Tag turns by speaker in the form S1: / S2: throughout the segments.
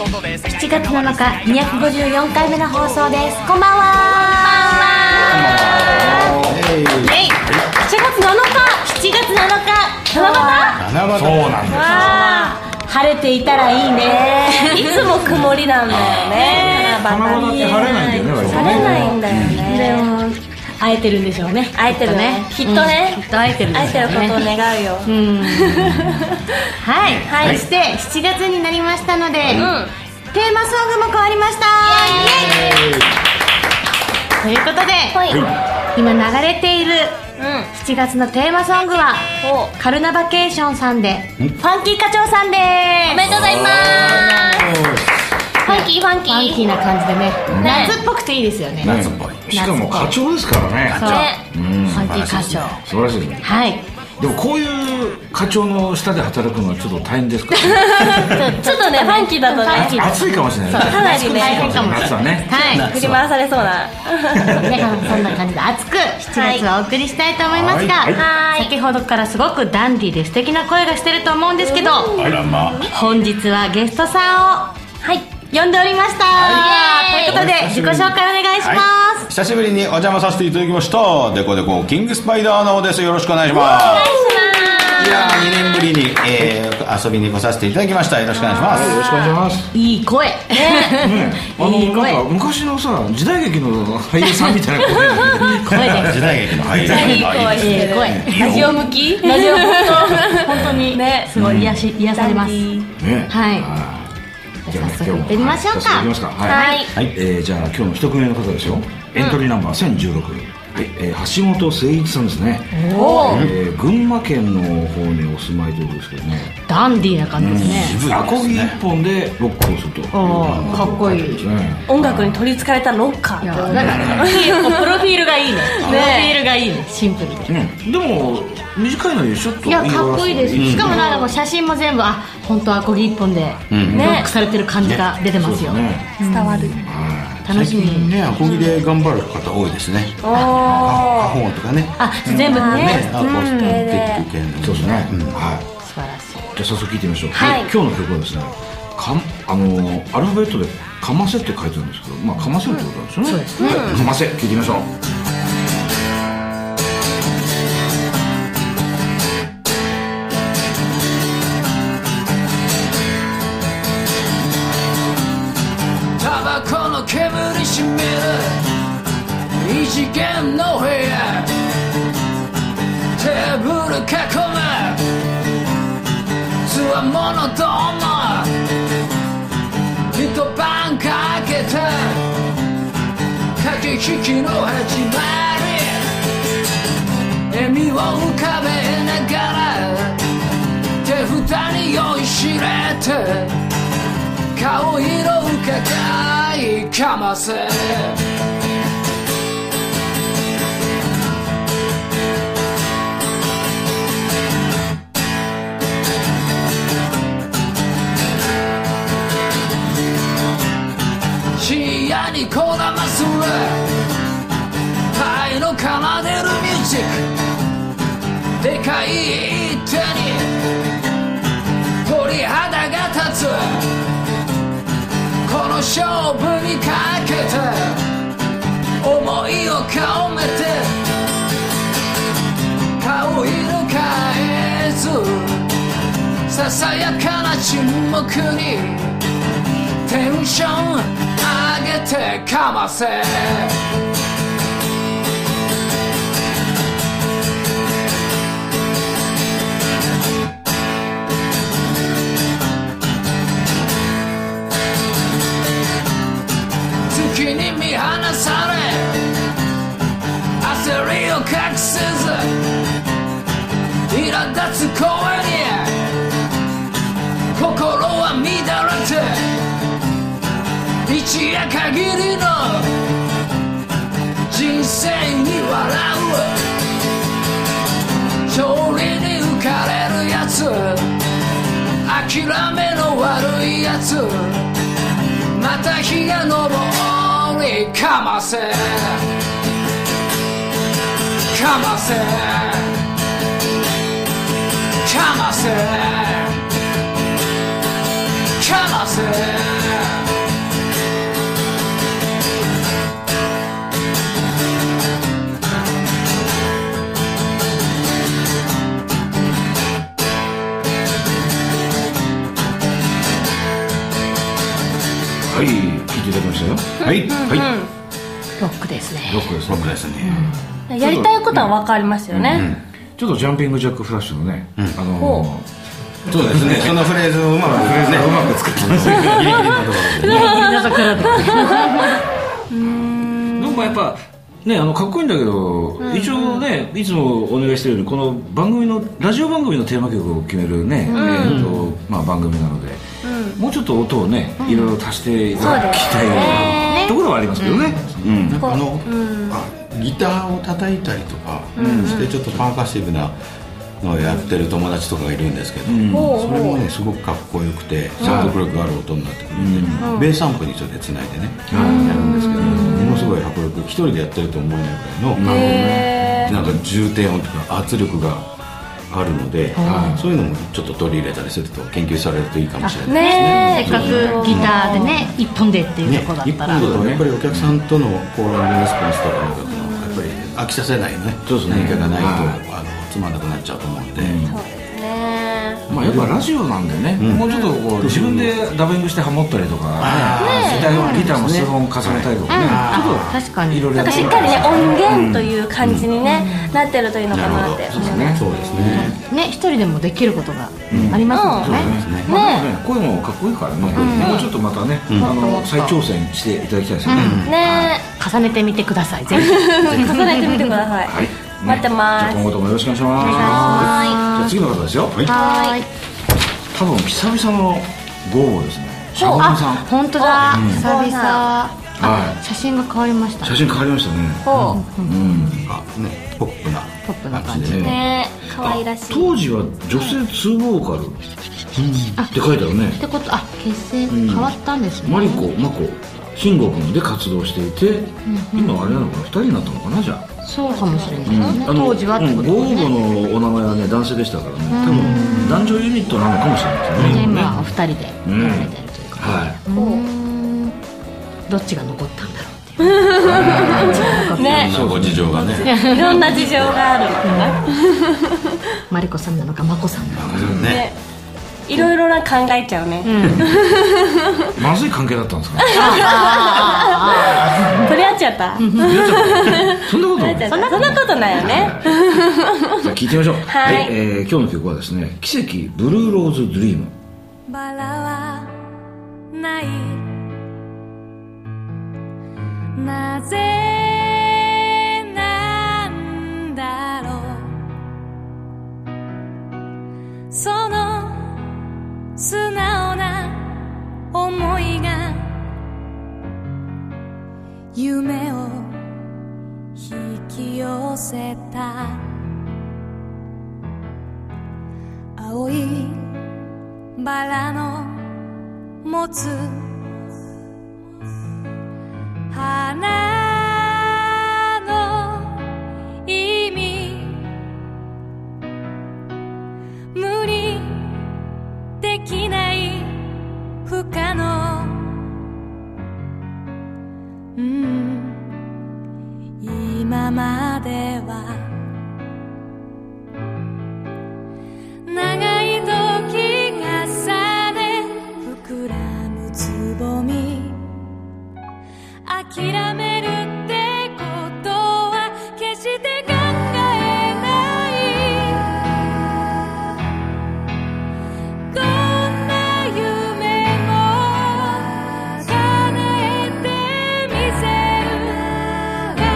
S1: 7月7日254回目の放送ですこんばんは
S2: えい
S1: イェイ7月7日7月7日七夕
S2: 七夕
S3: そうなんです
S1: あー晴れていたらいいねいつも曇りなんだよね
S3: 七夕って晴れないんだよね
S1: 晴れ
S3: 割
S1: ないんだよね
S4: 会えてるんでしょうね
S1: 会えてるねきっとね
S4: きっと会えてるんで
S1: 会え
S4: しょ
S1: て
S4: う
S1: る
S4: ね
S1: ことを願うよ
S4: うんはい、
S1: はい
S4: そして7月になりましたので、テーマソングも変わりましたということで、
S1: はい
S4: 今流れている
S1: うん
S4: 7月のテーマソングは
S1: お
S4: カルナバケーションさんでフ
S2: ん
S4: ァンキー課長さんで
S1: おめでとうございますファンキーファンキ
S4: すファンキ
S1: ー
S4: ーな感じでね
S1: ね
S4: 夏っぽくていいですよね
S3: 夏っぽいしかも課長ですからね
S4: そう
S3: う
S4: フ
S3: ん
S4: ァンキー課長
S3: 素晴らしいですね
S4: はい
S3: でもこういう課長の下で働くのはちょっと大変ですから
S1: ちょっとねファンキーだとね
S3: ね暑いかもしれない
S4: そう
S1: かなりね
S4: 大変かもしれ
S3: 夏は
S4: ない
S3: ね
S4: はい
S1: 振り回されそうな
S4: ね、そんな感じで熱く7月はお送りしたいと思いますが、
S3: はい
S1: はい
S4: 先ほどからすごくダンディーで素敵な声がしてると思うんですけど、
S2: あらまあ
S4: 本日はゲストさんを
S1: はい
S4: 呼んでおりました、
S1: はい
S4: ということで
S3: はい
S4: 自己紹介お願いします、
S2: 久しぶりにお邪魔させていただきましたデコデコキングスパイダーの方ですよろしくお願いしますいやー2年ぶりに、えー、遊びに来させていただきましたよろしくお願いします
S3: よろしくお願いします
S4: い、い声、
S3: ねあの
S4: いい声
S3: なんか昔のさ時代劇の俳優さんみたいな声だよね
S4: 声で
S2: 時代劇の俳優
S1: いい声
S2: はい
S1: して
S4: いい
S1: る
S4: 声
S1: ラジオ向きラジオ本当本当にね
S4: すごい癒し癒されます
S3: ね
S4: はい
S3: はいじゃあね
S4: 早速行ってみましょうか
S3: 今日もはい早速行きますか
S1: は
S3: はい
S2: はい
S3: えーじゃあ今日の一組目の方ですよエントリーナンバー1016、はいえー橋本誠一さんですね、
S1: おー
S3: えー群馬県の方にお住まいということですけどね
S4: ダンディーな感じですね、
S2: 渋い
S3: アコ
S2: です
S3: ギ一
S2: ね
S3: 本でロックをするという
S4: あーかっこいい
S3: ですね
S1: 音楽に取りつかれたロッカー
S4: いやなんかいいこうプロフィールがいいねプロフィールがいいねシンプルで
S3: うんでも短いのにちょっと
S4: いやかっこいいです、
S3: い
S4: しかもなんかもう写真も全部あ本当アコギ一本でロ
S2: ん
S4: ックされてる感じが出てますよ、
S3: ね
S1: 伝わる
S4: 楽しみ
S2: 最近ねアコギで頑張る方多いですね
S1: おー
S2: パフォーンとかね
S4: あ全部ね
S2: ねアコースティック系の
S3: そうですね、
S2: ん
S3: はい
S4: 素晴らしい
S3: じゃあ早速聴いてみましょう、
S1: はい
S3: 今日の曲はですねかんあのーアルファベットで「かませ」って書いてあるんですけどまあかませるってことなんですよね、
S4: そうです
S3: はい、かませ聴いてみましょう
S5: タバコの煙しみる異次元の部屋テーブル囲むつわものども一晩かけて駆け引きの始まり笑みを浮かべながら手札に酔いしれて顔色うかがいかませ深夜にこだまする愛の奏でるミュージックでかい手に鳥肌が立つこの勝負にかけて思いを込めて顔色変えずささやかな沈黙にテンション上げてかませ月に見放され焦りを隠せず苛立つ声に心は乱れて一夜限りの人生に笑う勝利に浮かれるやつ諦めの悪いやつまた日が昇りかませかませかませかませ
S2: はいはい
S4: ロックですね
S3: ロックです
S2: ロックですね
S1: やりたいことは分かりますよね、
S3: ちょっとジャンピングジャックフラッシュのね、あの
S1: ほ
S2: そうですねそのフレーズをうまく
S3: フレーズをうまく作ってました
S2: ギリギリのとこ ろで
S4: 皆さん
S2: ね
S4: からだ
S3: なんかやっぱねあのかっこいいんだけど、一応ねいつもお願いしてるようにこの番組のラジオ番組のテーマ曲を決めるね、えーとまあ、番組なので、もうちょっと音をねいろいろ足していただきたいなところはありますけどね、うん
S2: なんかあの、あギターを叩いたりとかしてちょっとパーカッシブなのをやってる友達とかがいるんですけど、
S1: ほう
S2: それもねすごくかっこよくて説得力がある音になってくるんで、ベースアンプにそれでつないでね、やるんですけどものすごい迫力一人でやってると思えないくらいの、
S1: へ
S2: なんか重低音とか圧力があるので、
S3: はい
S2: そういうのもちょっと取り入れたりすると研究されるといいかもしれないです
S1: ね
S4: せっかくギターでね一本でっていうところだったら、
S2: 一方でやっぱりお客さんとのコーラルレスポンスとかのやっぱり飽きさせないね
S3: そうですね
S2: 何かがないと、
S3: はい
S2: あのつまんなくなっちゃうと思うんで、
S1: そうですね
S3: まあ、やっぱラジオなんでね、もうちょっとこう自分でダビングしてハモったりとか、ね、ギターもギターも数本重ねたりとかね、ちょっ
S4: 確か
S3: とい
S4: に
S3: ろいろ
S1: なんか
S3: やて
S1: し
S3: み
S1: ったか
S3: ら
S1: りね音源という感じに、ねなってるといいのかなって
S2: そうで
S1: 思いま
S2: すね
S1: す
S2: そうですね、
S4: ね一人でもできることがありますもんね、
S2: そうですね
S3: まあね、声もかっこいいからね、もうちょっとまたね、あの再挑戦していただきたいですよね、
S1: ね
S4: 重ねてみてくださいぜひ
S1: 重ねてみてください、
S3: はい、
S1: 待ってま
S3: じ
S1: す
S3: ゃあ今後ともよろしくお願いしま
S1: お
S3: す
S1: 願いします
S3: じゃあ次の方ですよ、
S2: い
S4: はい
S3: 多分久々のご応募ですねシャボンさん
S4: 本当だ久々
S1: うん
S3: は
S4: 写真が変わりまし
S3: い
S4: た
S3: 写真変わりましたね
S1: ほ
S3: うん
S2: なんかねポップな
S4: ポップな感
S2: 感
S4: じ
S2: じで
S1: う
S2: ね
S1: ね可愛らしい
S3: 当時は女性ツーボーカルって書いてあるね
S4: ってことあ結成変わったんですね、
S3: マリコマコ慎吾君で活動していて、今あれなのかな2人になったのかなじゃあ,、
S4: そうかもしれないですね、
S3: あの
S4: 当時はってこと
S3: うん
S4: で
S3: ご応
S4: すね、
S3: 募のお名前はね男性でしたからね多分男女ユニットなのかもしれないですね
S4: じゃあ
S3: ね
S4: 今お二人でやられてるというか、
S3: は
S4: どっちが残ったんだろうっていう
S2: い
S1: ね
S2: ろんなご事情がね
S1: いろんな事情があるのかな、
S4: マリコさんなのかマコさんなのか
S2: ね
S1: ねいろいろな考えちゃうね、
S3: いまずい関係だったんですかね
S1: 取り合っちゃった、
S3: そんなことない
S1: そんなそんなことないよね
S3: さあ聞いてみましょう、
S1: はい
S3: えー今日の曲はですね「奇跡ブルーローズ・ドリーム
S1: バラはないなぜなんだろうその素直な思いが夢を引き寄せた青いバラの持つ花の意味無理できない不可能うん今までは長い時重ね膨らむつぼみ諦めるってことは決して考えないどんな夢も叶えてみせる叶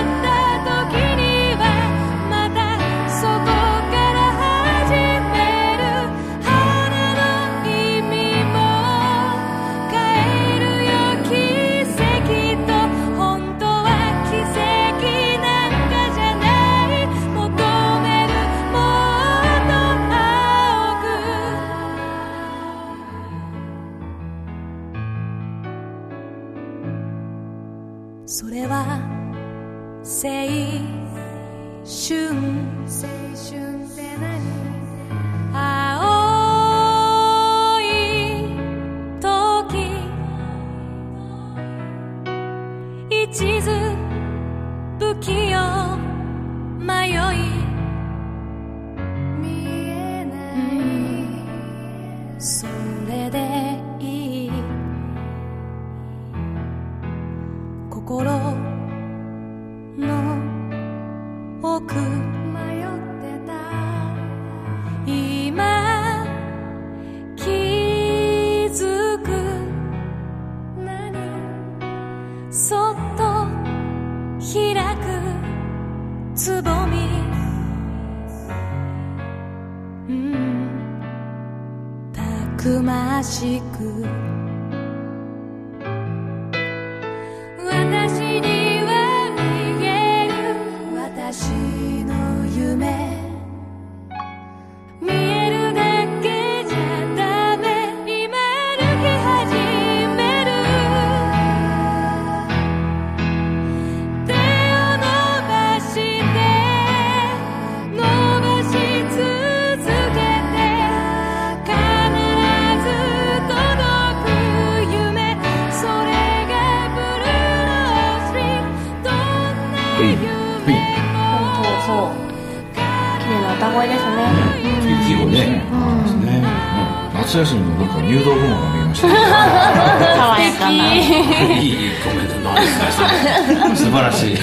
S1: った時にはまたそこから始める花の意味も変えるよ奇跡と本当は奇跡なんかじゃない求めるもっと青くそれは青春青春って何青い時一途不器用迷い見えないそれでいい心の奥迷ってた今気づく何そっと開くつぼみうんたくましく私には逃げる私の夢見えるだけじゃダメ今歩き始める手を伸ばして伸ばし続けて必ず届く夢それがブルーローズリーどんな夢
S6: 本当そう綺麗な歌声ですね
S3: 器用ですねそうですね 夏休みのなんか入道雲が見えましたね
S4: 爽やかない
S2: いコメントなんですかそれ素晴らしい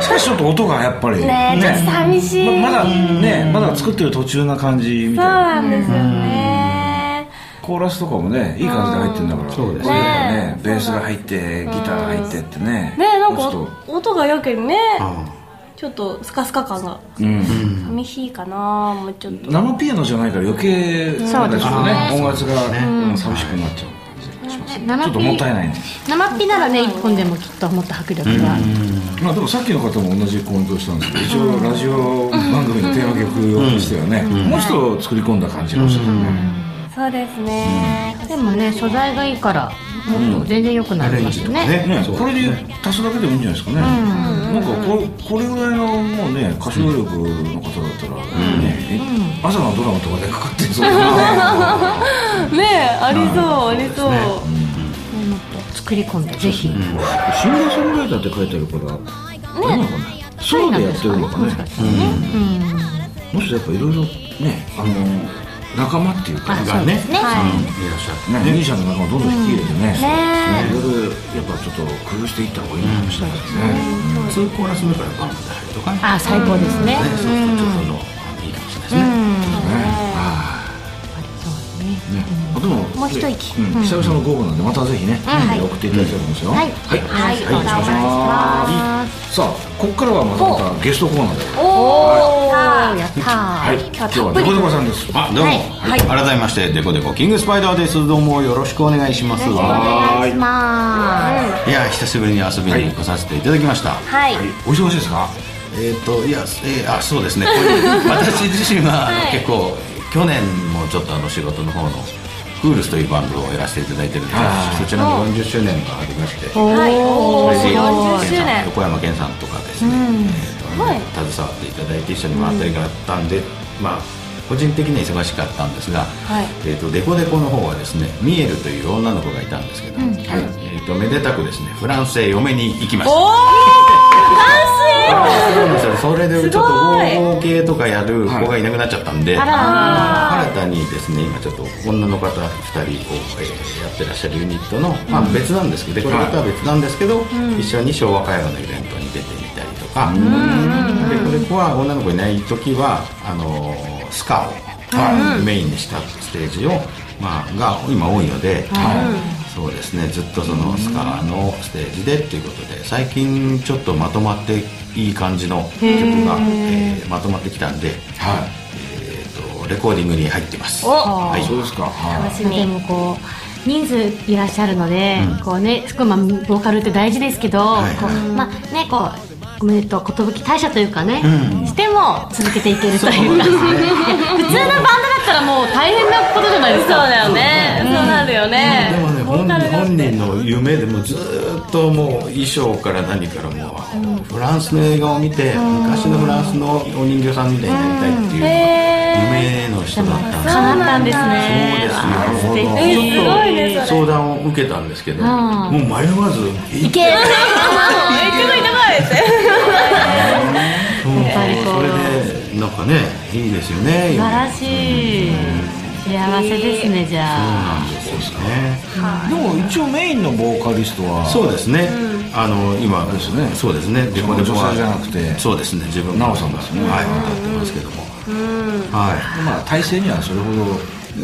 S3: しかしちょっと音がやっぱり
S6: ねえちょっと寂しい
S3: ままだねまだ作ってる途中な感じみ
S6: そう
S3: たいな
S6: なんですよね
S3: コーラスとかもねいい感じで入ってるんだから
S2: そうです
S3: これがね
S6: ねえ
S3: ベースが入ってギターが入ってってね
S6: ねえなん
S3: ちょ
S6: か
S3: っと
S6: お音がやけにね
S2: あ
S6: ちょっとスカスカ感が
S3: うん
S6: 寂しいかなもうちょっと
S3: 生ピアノじゃないから余計
S4: そうですね
S3: なんかちょっとね音圧がうん寂しくなっちゃう感じがしますちょっともったいないね
S4: 生っぴならね一本でもきっともっと迫力が
S3: まあでもさっきの方も同じコメントをしたんですけど一応ラジオ番組のテーマ曲をとしてはねもう一度作り込んだ感じがしてたね
S6: そうですね
S4: でもね素材がいいからもっと全然良くなりますよね
S3: ねこれで足すだけでもいいんじゃないですかねなんかここれぐらいのもうね歌唱力の方だったらね朝のドラマとかでかかってそうな
S6: ねえありそうありそう
S4: もっと作り込んでぜひ
S3: シンガーソングライターって書いてあるからどうなのかなソロでやってるのかねもしやっぱいろいろねあの仲間っていうか
S2: あがねいらっしゃ
S3: ね、ミュージシャンの仲間をどんどん引き入れてね、
S6: ね
S3: いろいろやっぱちょっと工夫していった方がいいかもしれないですね。
S2: ってそういうコーラス目からバンドで入るとかね
S4: あ最高ですね
S2: そうするとちょっとのいいかもしれないですね
S3: ねあでももう一息、うん久々の午後なんでまたぜひね、送っていただきたいと思いますよ。はい、はい、はい、よろしくお願いします。さあここからはまたまたゲストコーナーで、
S4: おーやった
S3: はい、今日はデコデコさんです。
S2: あどうも、はい改めましてデコデコキングスパイダーですどうもよろしくお願いします
S3: はーい、
S2: いや久しぶりに遊びに来させていただきました、
S6: はい
S3: お忙しいですか？
S2: えっ、といや、えーあそうですねこういう 私自身は、あの結構去年もちょっとあの仕事の方のクールスというバンドをやらせていただいてるんです
S3: あ
S2: そちらの40周年がありまして
S6: はいおー
S2: それで
S6: 40
S2: 健
S6: 周
S2: さん
S6: 年
S2: 横山健さんとかですね、えーと携わっていただいて一緒に回ったりがあったんで、まあ個人的には忙しかったんですが、
S6: い
S2: えー、とデコデコの方はですねミエルという女の子がいたんですけど、えー、とめでたくですねフランスへ嫁に行きました
S6: お
S2: そうなんですよそれでちょっと
S6: ごい
S2: 合法系とかやる子がいなくなっちゃったんで、新たにですね今ちょっと女の方2人を、えーやってらっしゃるユニットの、まあ、別なんですけど、これまたは別なんですけど、一緒に昭和歌謡のイベントに出てみたりとか、でこれ子は女の子いない時はあのースカを、メインにしたステージを、まあ、が今多いので。そうですねずっとそのスカのステージでっていうことで最近ちょっとまとまっていい感じの曲が、えーまとまってきたんで、
S3: は、
S2: えー、とレコーディングに入ってますはい
S3: そうですか。はい
S6: しみ
S4: でもこう人数いらっしゃるので、こうねすごいまあボーカルって大事ですけど、
S2: はい
S4: こうまあねこうえっと寿退社というかね、しても続けていけるというかいや普通のバンドだったらもう大変なことじゃないですかそうだよね
S6: そうなんだよ
S2: で
S6: ね
S2: もね本本人の夢でもずーっともう衣装から何からもうフランスの映画を見て昔のフランスのお人形さんみたいになりたいっていう夢の人だったんですよ
S4: 叶ったんですね
S2: そうですな
S6: え
S2: る
S6: ーす
S2: ほど
S6: ごいねそれ
S2: 相談を受けたんですけど、もう迷わず行
S4: いけやっ
S6: めっちゃいて
S2: そうそれでなんかねいいですよね
S6: 素晴らしい
S4: 幸せですねじゃあ
S2: ですね
S3: でも一応メインのボーカリストは
S2: そうですね、あの今
S3: ですね
S2: そうですね自分で
S3: 女性じゃなくて
S2: そうですね自分
S3: 奈緒さんですね
S2: はい歌ってますけども、はい
S3: まあ体制にはそれほど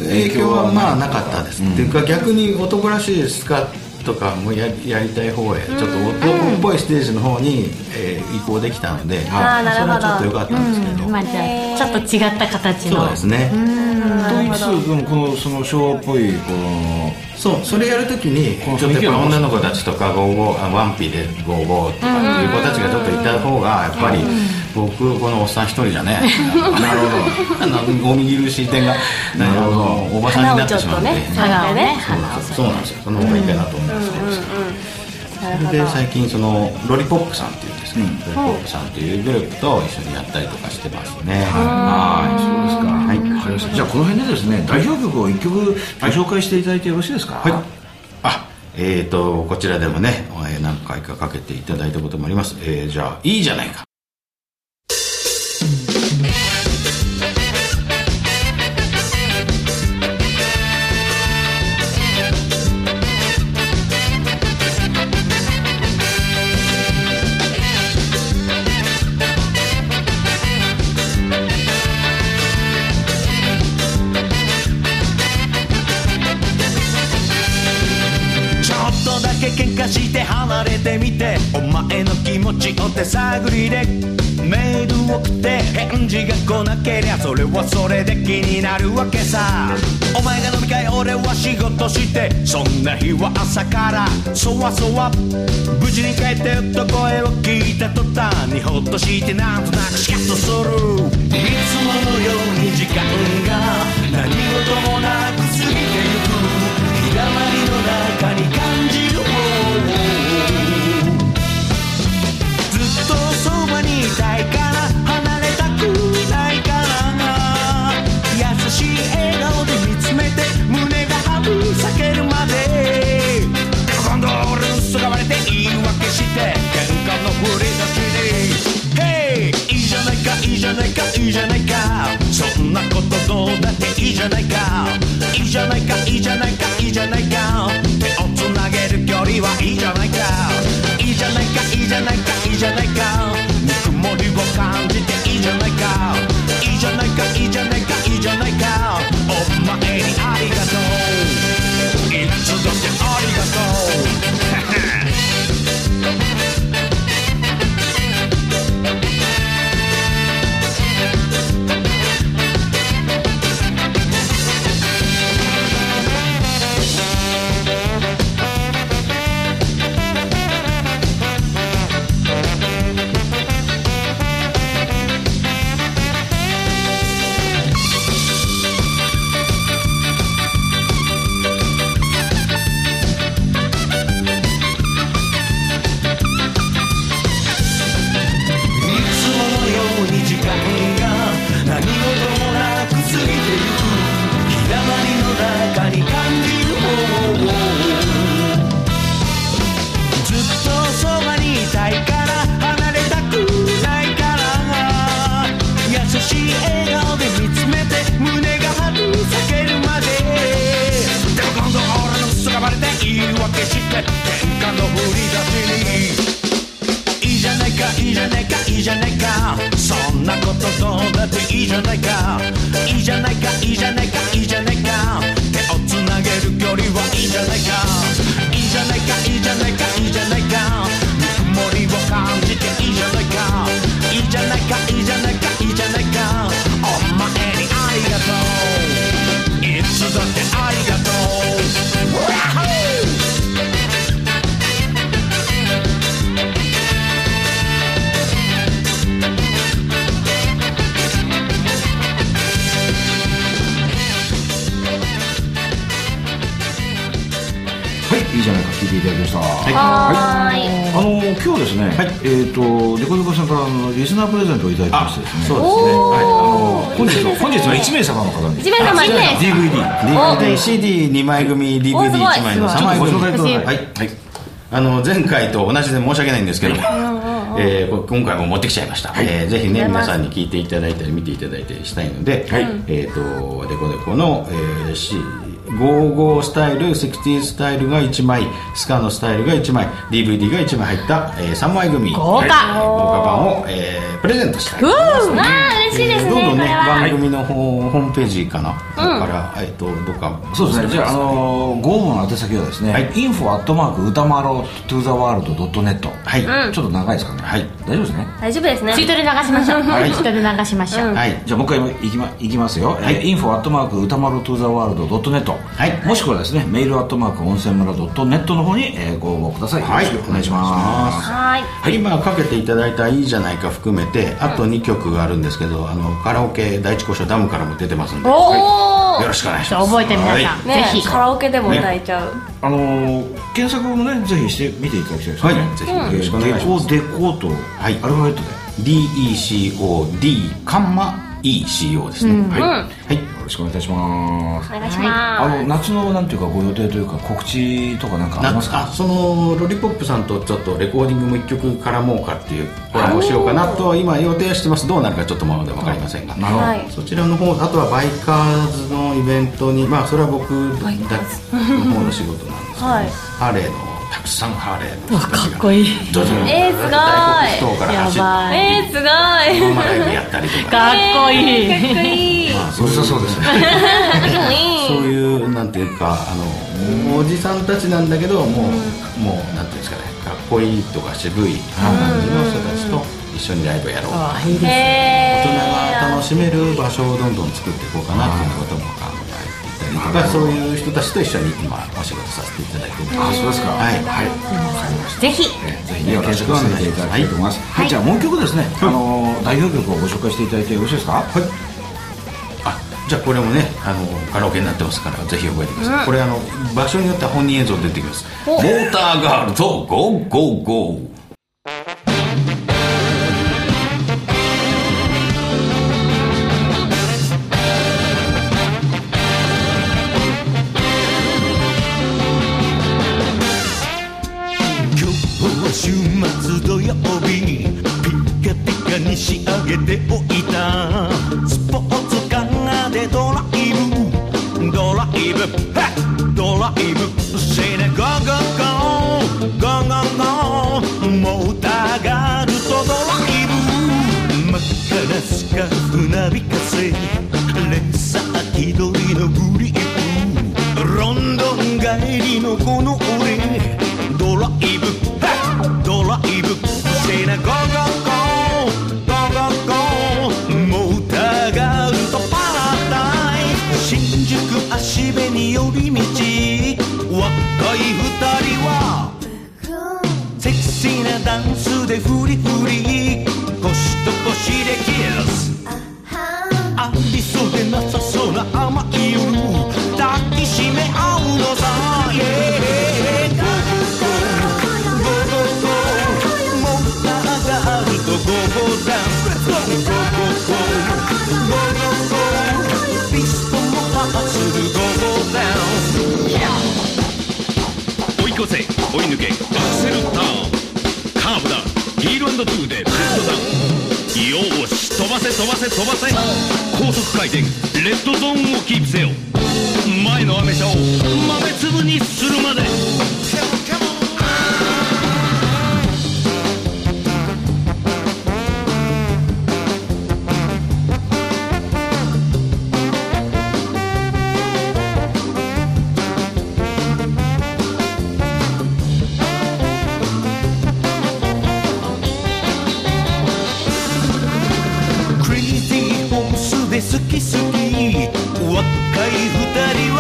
S2: 影響はまあなかったです、っていうか逆に男らしいスカとかもややりたい方へ、ちょっと男っぽいステージの方に、えー移行できたので、
S6: あーなる
S2: そ
S6: ほ
S2: れ
S6: ど
S2: はちょっと良かったんですけど、
S4: まあじゃあちょっと違った形
S2: そう
S4: の
S2: ですね、
S3: ドイツのこのその昭和っぽいこの
S2: そうそれやるときに
S3: この
S2: ちょっとやっぱ女の子たちとかゴーゴーあワンピでゴーゴーとかっていう子たちがちょっといた方がやっぱり僕このおっさん一人じゃねなるほどあのゴミ許し点がなるほどおばさんになってしまうんで
S4: 花をね
S2: そうなんですよそうなんですよその方がいいかなと思いますそれで最近そのロリポップさんっていうんですけど、ロリポップさんっていうグループと一緒にやったりとかしてますね
S3: はいそうですか
S2: はい
S3: わかりましたじゃあこの辺でですね代表曲を一曲ご紹介していただいてよろしいですか
S2: はい。あ、えーと、こちらでもね、えー何回かかけていただいたこともあります。えーじゃあ、いいじゃないか。
S7: ちょっとだけ喧嘩して離れてみてお前の気持ちを手探りでメール送って返事が来なけりゃそれはそれで気になるわけさお前が飲み会俺は仕事してそんな日は朝からそわそわ無事に帰ってよと声を聞いた途端にほっとしてなんとなくシャッとするいつものように時間が何事もなく過ぎてゆく日だまりの中に感じるものずっとそばにいたいから離れたくないからな優しい笑顔で見つめて胸がはぶさけるまで今度俺留守が割れて言い訳して喧嘩のふりだけに Hey! いいじゃないかいいじゃないかいいじゃないかそんなことどうだっていいじゃないかいいじゃないかいいじゃないかいいじゃないか手をつなげる距離はいいじゃないかいいじゃないかいいじゃないかいいじゃないかぬくもりを感じていいじゃないかいいじゃないかいいじゃないかいいじゃないかお前にありがとういつだってありがとういつものように時間が何事もなく過ぎてゆく日だまりの中に感じる方ずっとそばにいたいから離れたくないから優しい笑顔で見つめて胸がはる裂けるまででも今度俺の嘘がバレて言い訳して喧嘩の振り出しにいいじゃないかいいじゃないかいいじゃないかそんなことどうだっていいじゃないかいいじゃないかいいじゃないかいいじゃないか手をつなげる距離はいいじゃないかいいじゃないかいいじゃないかいいじゃないかぬくもりを感じていいじゃないかいいじゃないかいいじゃないかいいじゃないかお前にありがとういつだってありがとう Wahoo!
S3: はいいいじゃないか聞いていただきましたはい
S6: はーい
S3: あの今日ですね、
S2: はい
S3: えっ、とデコデコさんからあのリスナープレゼントをいただいてましてですね
S2: そう
S6: お
S2: ですね。
S6: お
S3: 本日は
S6: ー
S3: 本日は1名様の方に
S6: 一名様にね
S2: DVD、CD2 枚
S6: お
S2: 組、
S6: すごい
S2: DVD1 枚の3枚
S3: ご
S2: 組。
S3: 紹介ください
S2: はい。はいあの前回と同じで申し訳ないんですけども、えーこ今回も持ってきちゃいました、えーぜひね皆さんに聞いていただいたり見ていただいたりしたいので、えっ、とデコデコの、えー、し55スタイル 60s スタイルが1枚スカのスタイルが1枚 DVD が1枚入った、え3枚組
S4: 豪華
S2: はい豪華版を、えープレゼントしたいと思います
S6: わあ嬉しいですね
S2: どんどん
S6: こ
S2: ね
S6: れは
S2: 番組の方、ホームページかな、からえっ、とどっか
S3: そうですねじゃあ、あのー、ご応募の宛先はですね、
S2: はい
S3: info アットマーク歌まろ totheworld.net
S2: はい、
S3: ちょっと長いですかね
S2: はい
S3: 大丈夫ですね
S6: 大丈夫ですね
S4: ツイートで流しましょう、
S2: い
S4: ツイートで流しましょう、
S2: はい
S3: じゃあもう一回いき,、ま、いきますよ、
S2: はい
S3: えー info アットマーク歌丸 totheworld.net、
S2: い
S3: もしくはですねメールアットマーク温泉村 .net の方に、えーご応募ください、
S2: はい
S3: よろしくお願いします
S6: はーい
S2: はい、今かけていただいた「いいじゃないか」含めてあと2曲があるんですけどあのカラオケ第一交渉ダムからも出てますんで、
S6: お
S2: よ
S6: ー
S2: ろしくお願いし
S4: じゃ
S2: ま
S4: あ
S2: す
S4: 覚えて皆さん、
S6: ね
S4: ぜひ
S6: カラオケでも歌えちゃう
S3: あのー検索もねぜひしてみていただきたいですね、
S2: はいぜひよろしくお願いします
S3: デコデコと、
S2: い
S3: アルファベットで
S2: DECOD カンマ ECO ですね、はい、はい、
S3: よろしくお願いいたします
S6: お願いしま
S3: あの夏のなんていうかご予定というか告知とかなんかあります
S2: 夏
S3: か
S2: あそのロリポップさんとちょっとレコーディングも1曲絡もうかっていうコラボをしようかなとは今予定はしてますどうなるかちょっとまだ分かりませんが
S3: なるほど、
S6: はい
S2: そちらの方あとはバイカーズのイベントにまあそれは僕だの方の仕事なんですけ
S6: す
S2: ど、
S6: はい
S2: ハーレーのたくさんハーレーの人たちが
S4: かっこいい
S2: 徐々に
S6: えーすごい
S2: 大黒ふ頭から走
S4: やば
S2: っ
S4: い
S6: えーすごい
S2: てママライブやったりとか
S4: かっこいい、
S6: えーかっこいい
S2: まあそういうそうですねそういうなんていうかあのおじさんたちなんだけどもう、もうなんていうんですかねかっこいいとか渋い感じの人たちと一緒にライブやろう
S4: あいいですね
S6: え
S2: 大
S6: ー
S2: 人が楽しめる場所をどんどん作っていこうかなっていうことも考えていたりとかそういう人たちと一緒に今お仕事させていただいてます
S3: あそうですか
S2: はいはい
S4: ぜひ
S3: ぜひね検索してみていただきたいと思います、はいじゃあもう一曲ですね、あのー代表曲をご紹介していただいてよろしいですか、はい、
S2: あじゃあこれもねあのカラオケになってますからぜひ覚えてください、これあの場所によっては本人映像出てきます「モーターガールとゴーゴーゴー」
S7: 今日は週末土曜日にピカピカに仕上げておいたスポーツカーでドライブドライブヘッドライブしてねゴーゴーゴーゴーゴーゴーモーターガールとドライブ真っ赤なスカーフなびかせレッサー気取りのグリップロンドン帰りのこの俺ドライブハッドライブ背中がゴーゴーゴーモーターガールとパラダイス新宿足部に寄り道若い二人はセクシーなダンスでフリフリ腰と腰でキスありそうでなさそうな甘い夜抱きしめ合うのさ Yeah ゴーゴーゴーゴーゴーゴーモンターガールとゴーゴーダンスゴーゴーゴーゴーゴーゴーピストンもパワーするゴーゴーダンス
S8: 追い越せ追い抜けアクセルターンカーブだヒールトゥーでフットダウンよーし飛ばせ飛ばせ飛ばせ高速回転レッドゾーンをキープせよ前のアメ車を豆粒にするまで
S7: クレイジーホースで好き好き若い二人は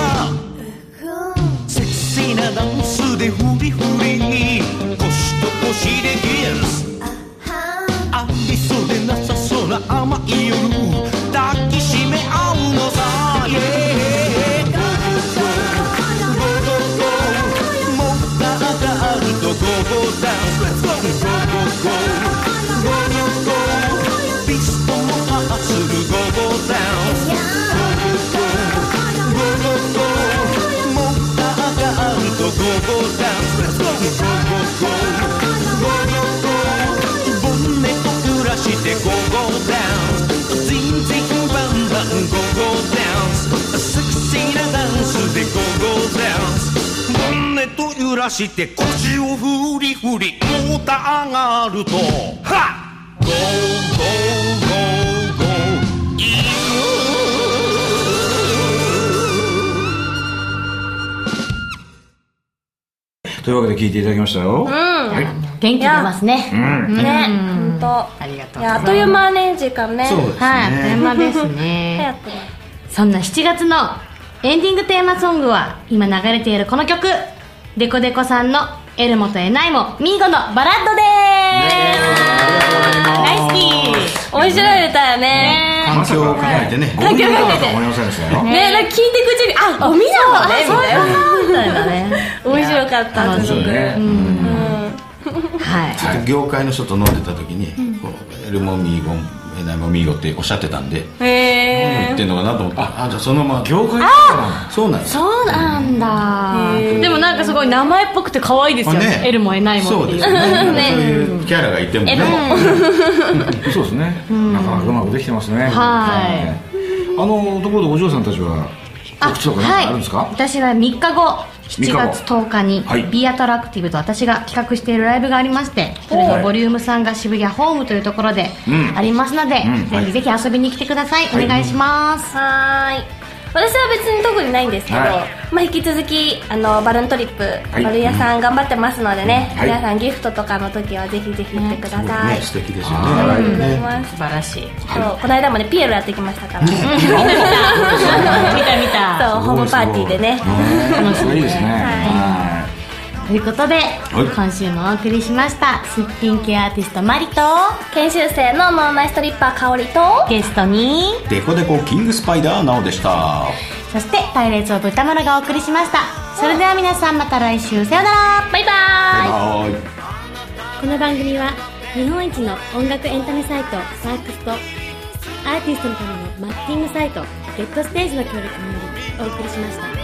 S7: セクシーなダンスでフリフリ腰と腰でギアスありそうでなさそうな甘い夜抱きしめ合うのさ Yeah ゴーゴーゴーモーターガールとゴーゴーダンスゴーゴーゴーゴーゴーピストンをパワーするゴーゴーダンスゴーゴーゴーモーターガールとゴーゴーダンスゴーゴーゴーゴーゴーゴーらして腰をふりふりモーターがあるとはっゴーゴーゴーゴー
S3: というわけで聞いていただきましたよ、
S4: 元気出ますね。
S6: ね、本当。
S4: ありがとうござ
S6: いや、あ
S4: い
S6: っ
S4: ます。
S6: という間ね、時間ね。
S2: そうです
S4: はい、あっという
S2: ね
S4: 間です
S6: 早
S4: ね。
S6: くね。
S4: そんな7月のエンディングテーマソングは、今流れているこの曲、デコデコさんのエルモとエナイモ、ミーゴのバラッドでーす。大好き。
S6: 面白い歌やね。
S2: 環境を考えてね
S3: ごめんなさいと思いませんでしたよ、
S6: ね、なんか聞いてくうちに、あ、おみなもね、みたいな。
S4: みたいなね。
S6: 面白かった。
S4: 楽し
S3: そう
S4: い。
S3: ね、
S4: はい。
S2: ちょっと業界の人と飲んでた時に、こうエルモミーゴンエナイモミーゴっておっしゃってたんで、何言
S6: へ
S2: ってんのかなと思ってあじゃあそのまま
S3: 業界の
S2: そうなんです
S4: そうなんだ。でもなんかすごい名前っぽくて可愛いですよね。エルもエナイも
S2: そ
S4: っ
S2: う
S4: てい
S2: で
S4: う。
S2: すねそういうキャラがいてもね
S3: 人 そうですね、なかなかうまくできてますね
S4: はい
S3: あのところでお嬢さんたちは告知とか何かあるんですか、
S4: はい、私は3日後
S3: 日
S4: 7
S3: 後
S4: 月10日に
S3: はい
S4: B アトラクティブと私が企画しているライブがありましてそれ
S3: はい
S4: のボリュームさんが渋谷ホームというところで
S3: うん
S4: ありますので、
S3: うんはい
S4: ぜひぜひ遊びに来てください、
S3: い
S4: お願いします、
S6: ー。はーい。私は別に特にないんですけど、
S3: はい
S6: まあ引き続きあのバルーントリッ
S3: は
S6: プ
S3: い
S6: バルヤさん頑張ってますのでね、
S3: はい
S6: 皆さんギフトとかの時はぜひぜひ行ってください。
S2: ね素敵ですよね
S3: は
S2: はいいね
S6: ます
S4: 素晴らしい
S6: そうこの間もねピエロやってきましたか ら、
S4: 見た見た
S6: そうホームパーティーでね
S3: 楽しいですね、は
S4: ということで、
S3: い
S4: 今週もお送りしましたすっぴん系アーティストマリと
S6: 研修生の脳内ストリッパー香りと
S4: ゲストに
S2: デコデコキングスパイダーなおでした
S4: そしてパイレーツを豚丸がお送りしましたそれでは皆さんまた来週さよなら
S6: バイバーイ
S2: はい
S9: この番組は日本一の音楽エンタメサイトサークスとアーティストのためのマッチングサイトゲットステージの協力によりお送りしました。